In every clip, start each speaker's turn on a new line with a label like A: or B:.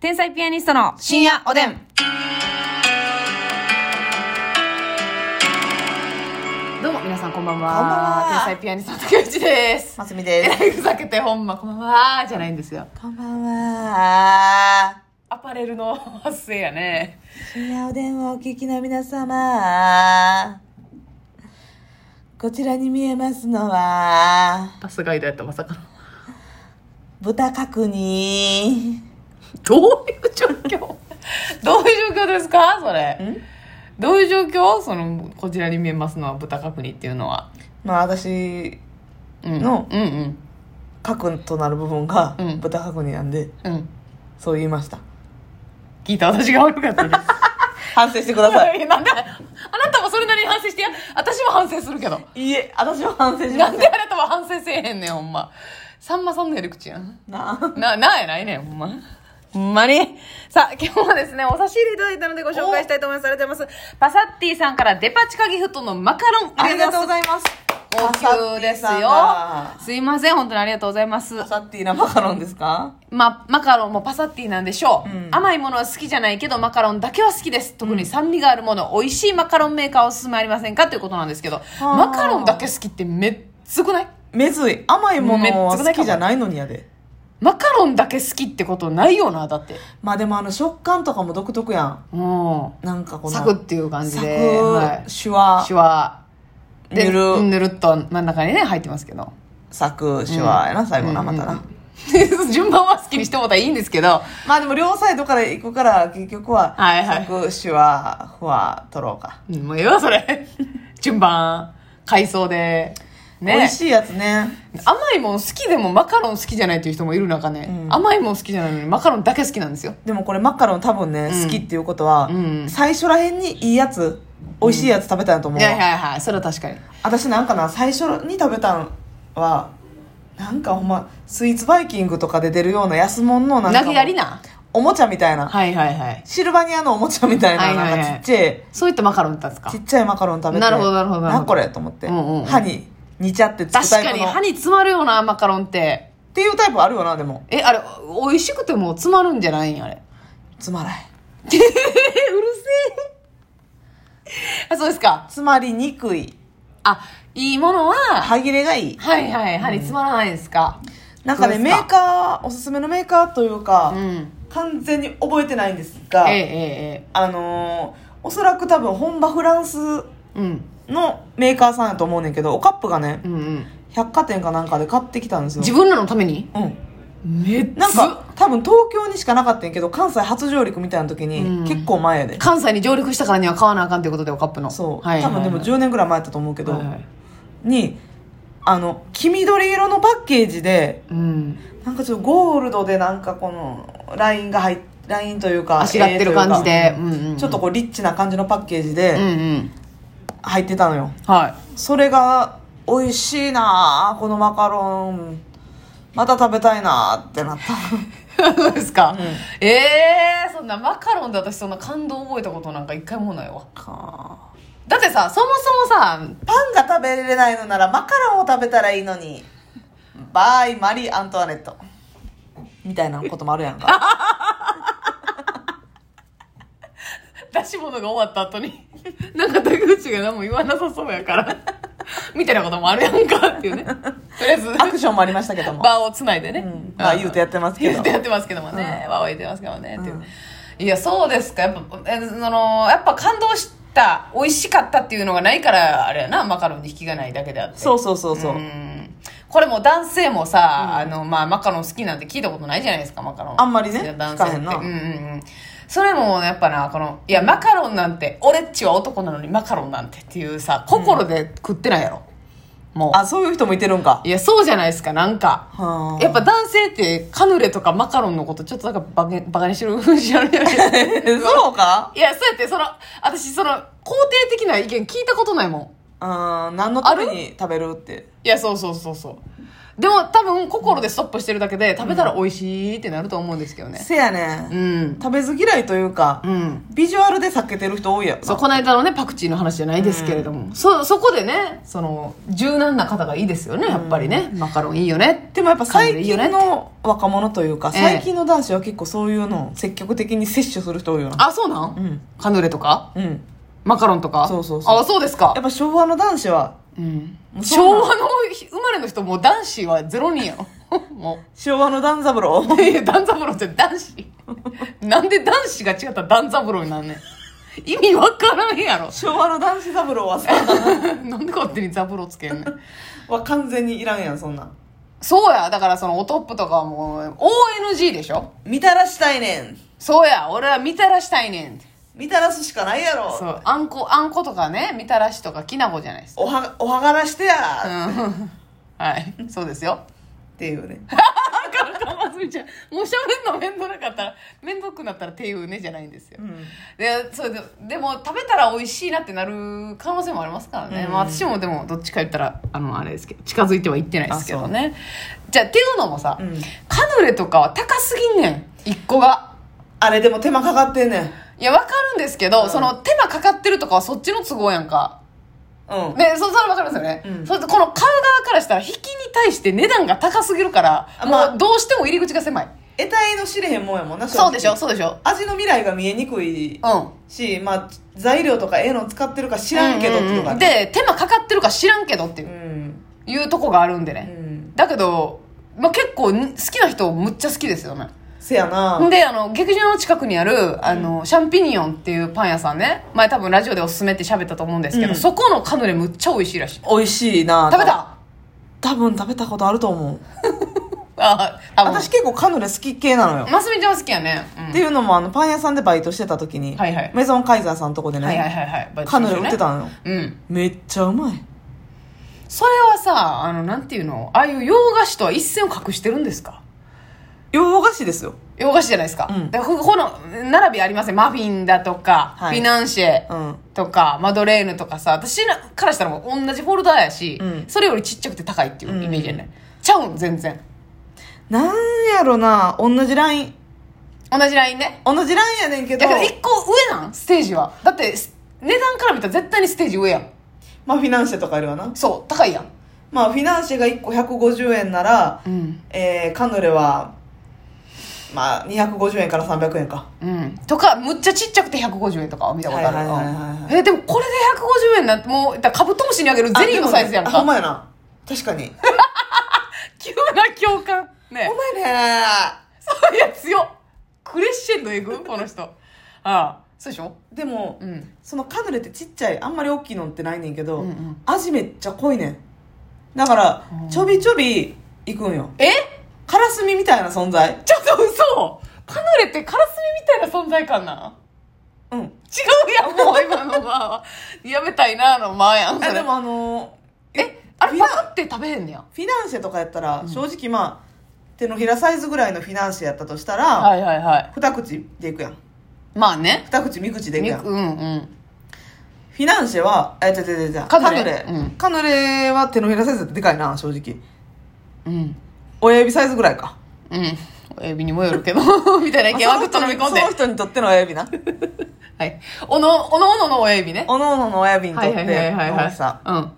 A: 天才ピアニストの深夜おでん。どうも皆さんこんばんは。
B: こんばんは
A: 天才ピアニストの竹内です。
B: ますみ
A: え
B: で
A: ら
B: す。
A: いふざけてほんまこんばんはじゃないんですよ。
B: こんばんは。
A: アパレルの発生やね。
B: 深夜お電話をお聞きの皆様。こちらに見えますのは、
A: パスガイドやったまさかの。
B: 豚角煮。
A: どういう状況 どういう状況ですかそれ。どういう状況その、こちらに見えますのは豚角煮っていうのは。
B: まあ私、
A: うん。
B: の
A: うんうん。
B: 角となる部分が
A: うん
B: 豚角煮なんで、
A: うん。
B: そう言いました。
A: 聞いた私が悪かったです。
B: 反省してく ださい。
A: いや なんであなたもそれなりに反省してや私も反省するけど
B: いいえ、私は反省し
A: な
B: ませ
A: ん
B: ん。
A: であなたは反省せえへんねんほんまさんまさんのやり口やん
B: な
A: ななやないねんほんまほんまにさあ今日はですねお差し入れいただいたのでご紹介したいと思いますありがとうございますパサッティさんからデパ地下ギフトのマカロン
B: ありがとうご
A: い
B: ざいま
A: ま
B: す。
A: す高級ですよ
B: パ
A: すいません本当にありがとうございます
B: サッティなマカロンですか
A: まあ、マカロンもパサッティなんでしょう、
B: うん
A: 甘いものは好きじゃないけどマカロンだけは好きです特に酸味があるもの、美味しいマカロンメーカーおすすめありませんかということなんですけど
B: あ
A: マカロンだけ好きってめっつくない
B: めずい。甘いものは
A: めっちゃない
B: 好
A: かも
B: きじゃないのにやで。
A: マカロンだけ好きってことないよなだって
B: まあでもあの食感とかも独特やん。
A: うん
B: なんかこの。
A: サクっていう感じ
B: サ
A: で、は
B: ク、
A: い
B: シュワ
A: シ、ュワで
B: ぬる、
A: ぬるっと真ん中にね入ってますけど
B: サク、シュワやな、最後な、またな。
A: うん順番は好きにしてもらったらいいんですけど
B: まあでも両サイドから行くから、結局は、
A: はいはい
B: サク、シュワ、ふわ、取ろうか。
A: うんもうええわそれ 順番回想でね
B: 美味しいやつね。
A: 甘いもん好きでもマカロン好きじゃないという人もいる中ね、
B: うん
A: 甘いもん好きじゃないのにマカロンだけ好きなんですよ
B: でもこれマカロン多分ね、
A: うん
B: 好きっていうことは、
A: うん
B: 最初らへんにいいやつ、美味しいやつ食べたんやと思う
A: い
B: わ。
A: やいやいやそれは確かに
B: 私なんかな最初に食べたんはなんかほんまスイーツバイキングとかで出るような安物のなんか
A: 投げやりな
B: おもちゃみたいな
A: はいはいはい
B: シルバニアのおもちゃみたい
A: は
B: ない
A: はいはい
B: なんかちっちゃい
A: そういったマカロンだったんですか
B: ちっちゃいマカロン食べて
A: なるほどなるほどなるほど
B: なんこれと思って
A: うんうんうん
B: 歯に煮ちゃってつく
A: 確
B: タ
A: か
B: イプ
A: に
B: のっ
A: 歯に詰まるようなマカロンって
B: ていうタイプあるよなでも
A: えあれ美味しくても詰まるんじゃないんあれ
B: つまらへん
A: うるせえあそうですか
B: つまりにくい
A: あいいものは、は
B: 歯切れがいい
A: いはい歯に詰まらないですか
B: なんかね
A: そうで
B: メ
A: すか
B: ーカーおすすめのメーカーというか、
A: うん
B: 完全に覚えてないんですが、
A: えええ
B: あのーおそらく多分本場フランス
A: えええうん
B: のメーカーさんやと思うねんけどおカップがね
A: うんうん
B: 百貨店かなんかで買ってきたんですよ
A: 自分らのために
B: うん
A: めっ
B: なん
A: ちゃ
B: か多分東京にしかなかったんやけど関西初上陸みたいな時に、
A: うん
B: 結構前やで
A: 関西に上陸したからには買わなあかんということでおカップの
B: そう、
A: はいはい
B: 多分でも10年ぐらい前やったと思うけど、
A: はいはい
B: にあの黄緑色のパッケージで
A: うん
B: なんかちょっとゴールドでなんかこのラインが入っラインというか
A: あしらってる感じで
B: 絵というか
A: うんうんうん
B: ちょっとこうリッチな感じのパッケージ
A: うんう
B: で
A: ん
B: 入ってたのよ、
A: は
B: それが美味しいなあこのマカロンまた食べたいなあっ てなった
A: いそうですか、
B: うん
A: ええー、そんなマカロンで私そんな感動覚えたことなんか一回もないわ
B: か
A: だってさそもそもさ
B: パンが食べれないのならマカロンを食べたらいいのにバイマリー・アントワネットみたいなこともあるやんか
A: 出し物が終わった後になんか竹内が何も言わなさそうやからみたいなこともあるやんかっていうねとりあえず
B: アクションもありましたけども
A: 場をつないでね、
B: うんまあ言うてやってますけど
A: 言うてやってますけどもね、
B: う
A: 場を言うてますけどもね、っていう
B: うん
A: いやそうですかやっぱえそのやっぱ感動した美味しかったっていうのがないからあれやなマカロンに引きがないだけであって
B: そうそうそうそう、
A: うんこれもう男性もさ、あのまあ、マカロン好きなんて聞いたことないじゃないですかマカロン
B: あんまりね
A: いや
B: 聞
A: 男
B: か
A: 性
B: へ
A: っ
B: ん
A: て
B: な
A: うんうんうんそれもやっぱなこのいやマカロンなんて俺っちは男なのにマカロンなんてっていうさ心で食ってないやろ、も
B: あそういう人もいてるんか
A: ういやそうじゃないですかなんか
B: はあ
A: やっぱ男性ってカヌレとかマカロンのことちょっとなんかバカバカにしてる風にしあるじゃないですか
B: そうか
A: いやそうやってその私その肯定的な意見聞いたことないもん
B: あー何のために食べるって
A: いやそうそうそうそうでも多分心でストップしてるだけで食べたら美味しいってなると思うんですけどね
B: せやね、
A: うんん
B: 食べず嫌いというか、
A: うん
B: ビジュアルで避けてる人多いやんな
A: そうこの間のねパクチーの話じゃないですけれども、そそこでねその柔軟な方がいいですよねやっぱりね、マカロンいいよね
B: でもやっぱ最近
A: 感じでいい
B: の若者というか、
A: ええ
B: 最近の男子は結構そういうのを積極的に摂取する人多いよな
A: あそうなん、
B: うん
A: カヌレとか
B: うん
A: マカロンとか
B: そうそうそう
A: あそうですか
B: やっぱ昭和の男子は
A: うん
B: もうそ
A: 昭
B: うな
A: 和の生まれの人もう男子はゼロ人やろ も
B: 昭和の男三郎
A: ういやダンザブロンって男子なんで男子が違ったらダンザブロンになんねん意味わからんやろ
B: 昭和の男子三郎はさ
A: なんで勝手にザブロンつけんねん
B: は完全にいらんやんそんなん
A: そうやだからそのおトップとかはもう ONG でしょ
B: みたらしたいねん
A: そうや、俺はみたらしたいねん。
B: みたらすしかないやろ
A: そう、あんこ、あんことかね、みたらしとかきなこじゃないですか。
B: おはおはがらしてや、
A: う
B: っ
A: ん。 はい、そうですよ。
B: ていうね
A: だからかまずみちゃん、もう喋るの面倒なかったら、面倒くなったらっていうねじゃないんですよ。
B: ん
A: でそうででも食べたら美味しいなってなる可能性もありますからね、まあ、私もでもどっちか言ったらあのあれですけど近づいてはいってないですけどねじゃあっていうのもさ、
B: うん
A: カヌレとかは高すぎんねん1個が
B: あれでも手間かかってんねん
A: いやわかるんですけど、その手間かかってるとかはそっちの都合やんか
B: うん
A: ね、そそれ分かりますよね、
B: うん
A: それとこの買う側からしたら引きに対して値段が高すぎるから、
B: あまあ
A: もうどうしても入り口が狭い
B: 得体の知れへんもんやもんな正直
A: そうでしょそうでしょ
B: 味の未来が見えにくい
A: うん
B: し、まあ、材料とかええの使ってるか知らんけどっていう
A: う
B: のが
A: んうんうんで手間かかってるか知らんけどっていうう,、
B: ん
A: いうとこがあるんで
B: う
A: ね、
B: ん
A: だけど、まあ、結構に好きな人むっちゃ好きですよね
B: せやな
A: であの劇場の近くにあるあの、シャンピニオンっていうパン屋さんね前多分ラジオでおすすめって喋ったと思うんですけど、
B: うん
A: そこのカヌレむっちゃ美味しいらしい
B: 美味しいな
A: 食べた
B: 多分食べたことあると思う
A: ああの
B: 私結構カヌレ好き系なのよ、っ
A: マスミちゃんは好きやね、うん
B: ていうのもあのパン屋さんでバイトしてた時に、
A: はいはい
B: メゾンカイザーさんのとこでね、
A: はいはいはいはい
B: カヌレ売ってたのよ、
A: うん
B: めっちゃうまい
A: それはさあのなんていうのああいう洋菓子とは一線を隠してるんですか
B: 洋菓子ですよ
A: 洋菓子じゃないですか,、
B: うん
A: だからここの並びありませんマフィンだとか、
B: はい
A: フィナンシェ
B: うん
A: とかマドレーヌとかさ私からしたらもう同じフォルダーやし、
B: うん
A: それよりちっちゃくて高いっていううんイメージじゃない、ちゃうん全然
B: なんやろな同じライン
A: 同じラインね
B: 同じラインやねんけど
A: だけど1個上なんステージはだってす値段から見たら絶対にステージ上やん
B: まあフィナンシェとかよりはな
A: そう高いやん
B: まあフィナンシェが1個150円なら、
A: うん
B: えー、カヌレはまあ250円から300円か
A: うん、とかむっちゃちっちゃくて150円とかは見たことある、
B: はいはいはいはいは
A: えでもこれで150円なんてもうだからカブトムシにあげるゼリーのサイズやん
B: あでもねあ
A: か、
B: ほんまやな確かに
A: 急な共感ね
B: ほんまやね
A: そういや強っクレッシェンドえぐこの 人ああそうでしょ
B: でも、
A: うん
B: そのカヌレってちっちゃいあんまり大きいのってないねんけど、
A: うんうん
B: 味めっちゃ濃いねんだから
A: うん
B: ちょびちょびいくんよ
A: え
B: カラスミみたいな存在
A: ちょっと嘘カヌレってカラスミみたいな存在感なん
B: うん
A: 違うやんもう今のはやめたいなのまあやんそ
B: え
A: れ
B: でもあのー
A: えあれ
B: フィナ
A: パクって食べへんねや
B: フィナンシェとかやったら、正直まあ手のひらサイズぐらいのフィナンシェやったとしたら、
A: はいはいはい
B: 二口でいくやん
A: まあね
B: 二口三口でいくやん
A: 肉うんうん
B: フィナンシェはえじゃじゃじゃじゃ
A: カヌレ
B: カヌレ,、
A: うん
B: カヌレは手のひらサイズってでかいな正直
A: うん
B: 親指サイズぐらいか
A: うん親指にもよるけどみたいな意見
B: まあ
A: はグッと飲み込んで
B: その人にとっての親 指な
A: はいおのおのおのの親指ね
B: おのおのの親指にとっ
A: はい
B: て
A: はいはいはい
B: の
A: はい
B: 大きさ
A: うん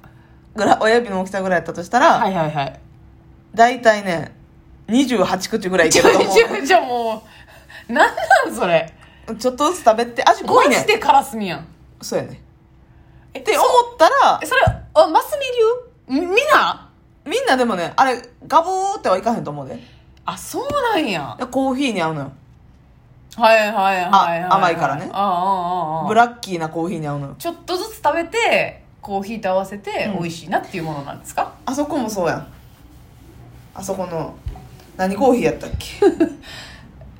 B: ぐら親指の大きさぐらいやったとしたら、
A: はいはいはい
B: 大体ね28口ぐらいいけ
A: ち
B: る
A: ょ
B: と思
A: ちょちょもうなんなんそれ
B: うちょっとずつ食べて味濃い
A: マ
B: ね
A: ジでカラスミやん
B: そうやね
A: え
B: って思ったら
A: えそれあマスミ流みみんな
B: みんなでもねあれガブーってはいかへんと思うで
A: あそうなんや
B: でコーヒーに合うのよ
A: はいはいはいはい
B: あ甘いからね
A: あああああ
B: ブ
A: あ
B: ラッキーなコーヒーに合うのよ
A: ちょっとずつ食べてコーヒーと合わせて
B: うん
A: 美味しいなっていうものなんですか、
B: あそこもそうやんあそこの何コーヒーやったっ け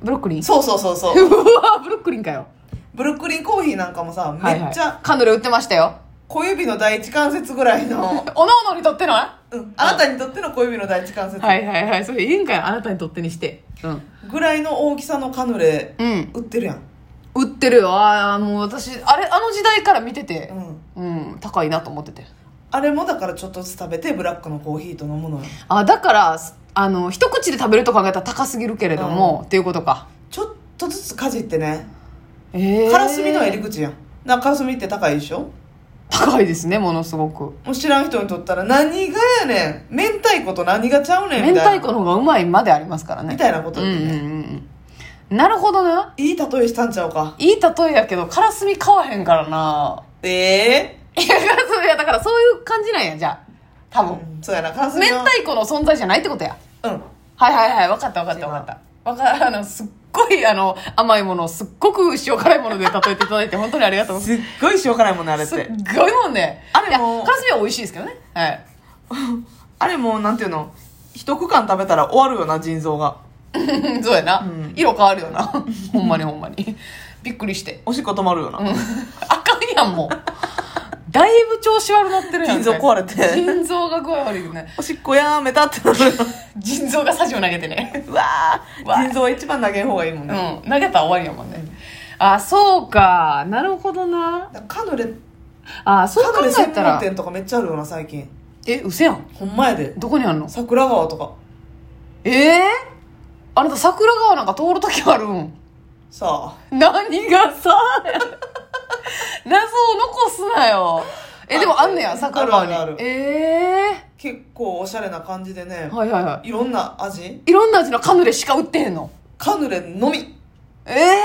A: ブロックリン
B: そうそうそうそう
A: うわブロックリンかよ
B: ブルックリンコーヒーなんかもさめっ
A: は
B: ち
A: いはい
B: ゃ、
A: カヌレ売ってましたよ
B: 小指の第一関節ぐらいの、
A: おのおのにとってのは
B: うん、あなたにとっての小指の第一関節
A: はいはいはいそれいいんかよあなたにとってにしてうん
B: ぐらいの大きさのカヌレ
A: うん
B: 売ってるやん、
A: 売ってるよああもう私あれあの時代から見てて
B: う
A: う
B: ん、
A: ん、高いなと思ってて
B: あれもだからちょっとずつ食べてブラックのコーヒーと飲むのよ
A: あだからあの一口で食べると考えたら高すぎるけれども、っていうことか
B: ちょっとずつかじってね
A: ええ
B: からすみの入り口やんなんかからすみって高いでしょ
A: 高いですねものすごく
B: もう知らん人にとったら何がやねん明太子と何がちゃうねん
A: 明
B: みたい
A: 太子
B: な
A: の方がうまいまでありますからね
B: みたいなこと
A: うん
B: で
A: う
B: ね、
A: んうんうんなるほどない
B: い例えしたんちゃうか
A: いい例えやけどからすみ買わへんからな
B: え
A: いやからすみはだからそういう感じなんやじゃあ多
B: え
A: 分、
B: うん、そうやなからすみ
A: 明
B: は
A: 太子の存在じゃないってことや
B: うん
A: はいはいはい分かった分かった分かった分か あのすっごいあの甘いものをすっごく塩辛いもので例えていただいて本当にありがとうござい
B: すっごい塩辛いもんねあ
A: ま
B: れっ
A: すすってごいもんね
B: あれも
A: いやからすみは美味しいですけどねはい
B: あれもうなんていうの一区間食べたら終わるよな腎臓が
A: うん そうやな、
B: ん
A: 色変わるよな ほんまにほんまにびっくりして
B: おしっこ止まるよな、
A: うん あかんやんもうだいぶ調子悪なってるやん
B: 腎臓壊れて
A: 腎臓が具合悪いよね
B: おしっこやめたってなるよ
A: 腎臓がサジを投げてね
B: うわー
A: うわー
B: 腎臓は一番投げん方がいいもん
A: う
B: ね、
A: ん投げたら終わりやもんねあそうかなるほどな
B: だからカヌレ
A: あそう
B: カ
A: 考
B: ヌレ
A: え
B: 専
A: た
B: 門
A: ら
B: 店とかめっちゃあるよな最近
A: えうせやん
B: ほんまやで
A: どこにあるの
B: 桜川とか
A: ええあなた桜川なんか通るときあるん
B: さあ
A: 何がさ謎を残すなよえでもあんねや桜川に
B: あるある
A: え
B: 結構おしゃれな感じで
A: え
B: ね、、
A: はいはいはい
B: ろんな味
A: いいろんな味のカヌレしか売ってへんの
B: カヌレのみ
A: ええ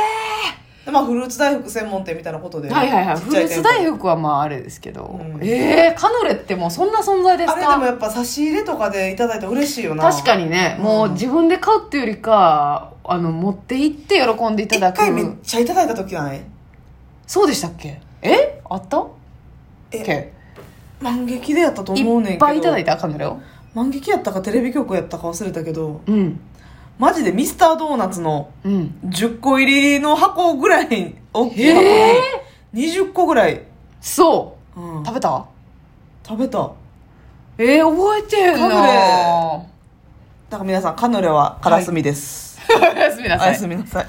B: でまあフルーツ大福専門店みたいなことで、
A: はいはいはい
B: ちっ
A: フ
B: ちゃ
A: ルー
B: い店
A: ツ
B: 舗
A: 大福はまああれですけど、
B: うん
A: ええカヌレってもうそんな存在です
B: あれでも
A: か
B: やっぱ差し入れとかでいただいたら嬉しいよな
A: 確か
B: に
A: にね、
B: うん
A: もう自分で買うっていうよりかあの持って行って喜んでいただ
B: 一
A: く
B: 回めっちゃいただいた時ない
A: そうでしたっけえあった
B: え
A: け
B: 満劇でやったと思うねんけど
A: いっぱいいただいたカヌレを
B: 満劇やったかテレビ局やったか忘れたけど
A: うん
B: マジでミスタードーナツの
A: うん
B: 10個入りの箱ぐらい大きい箱
A: ええ
B: に20個ぐらい、
A: そう
B: うん
A: 食べた
B: 食べた
A: えー、覚えてへんな
B: カ
A: お
B: だから皆さんカヌレはからすみです、
A: やすみな
B: お
A: さ
B: や
A: い
B: すみなさい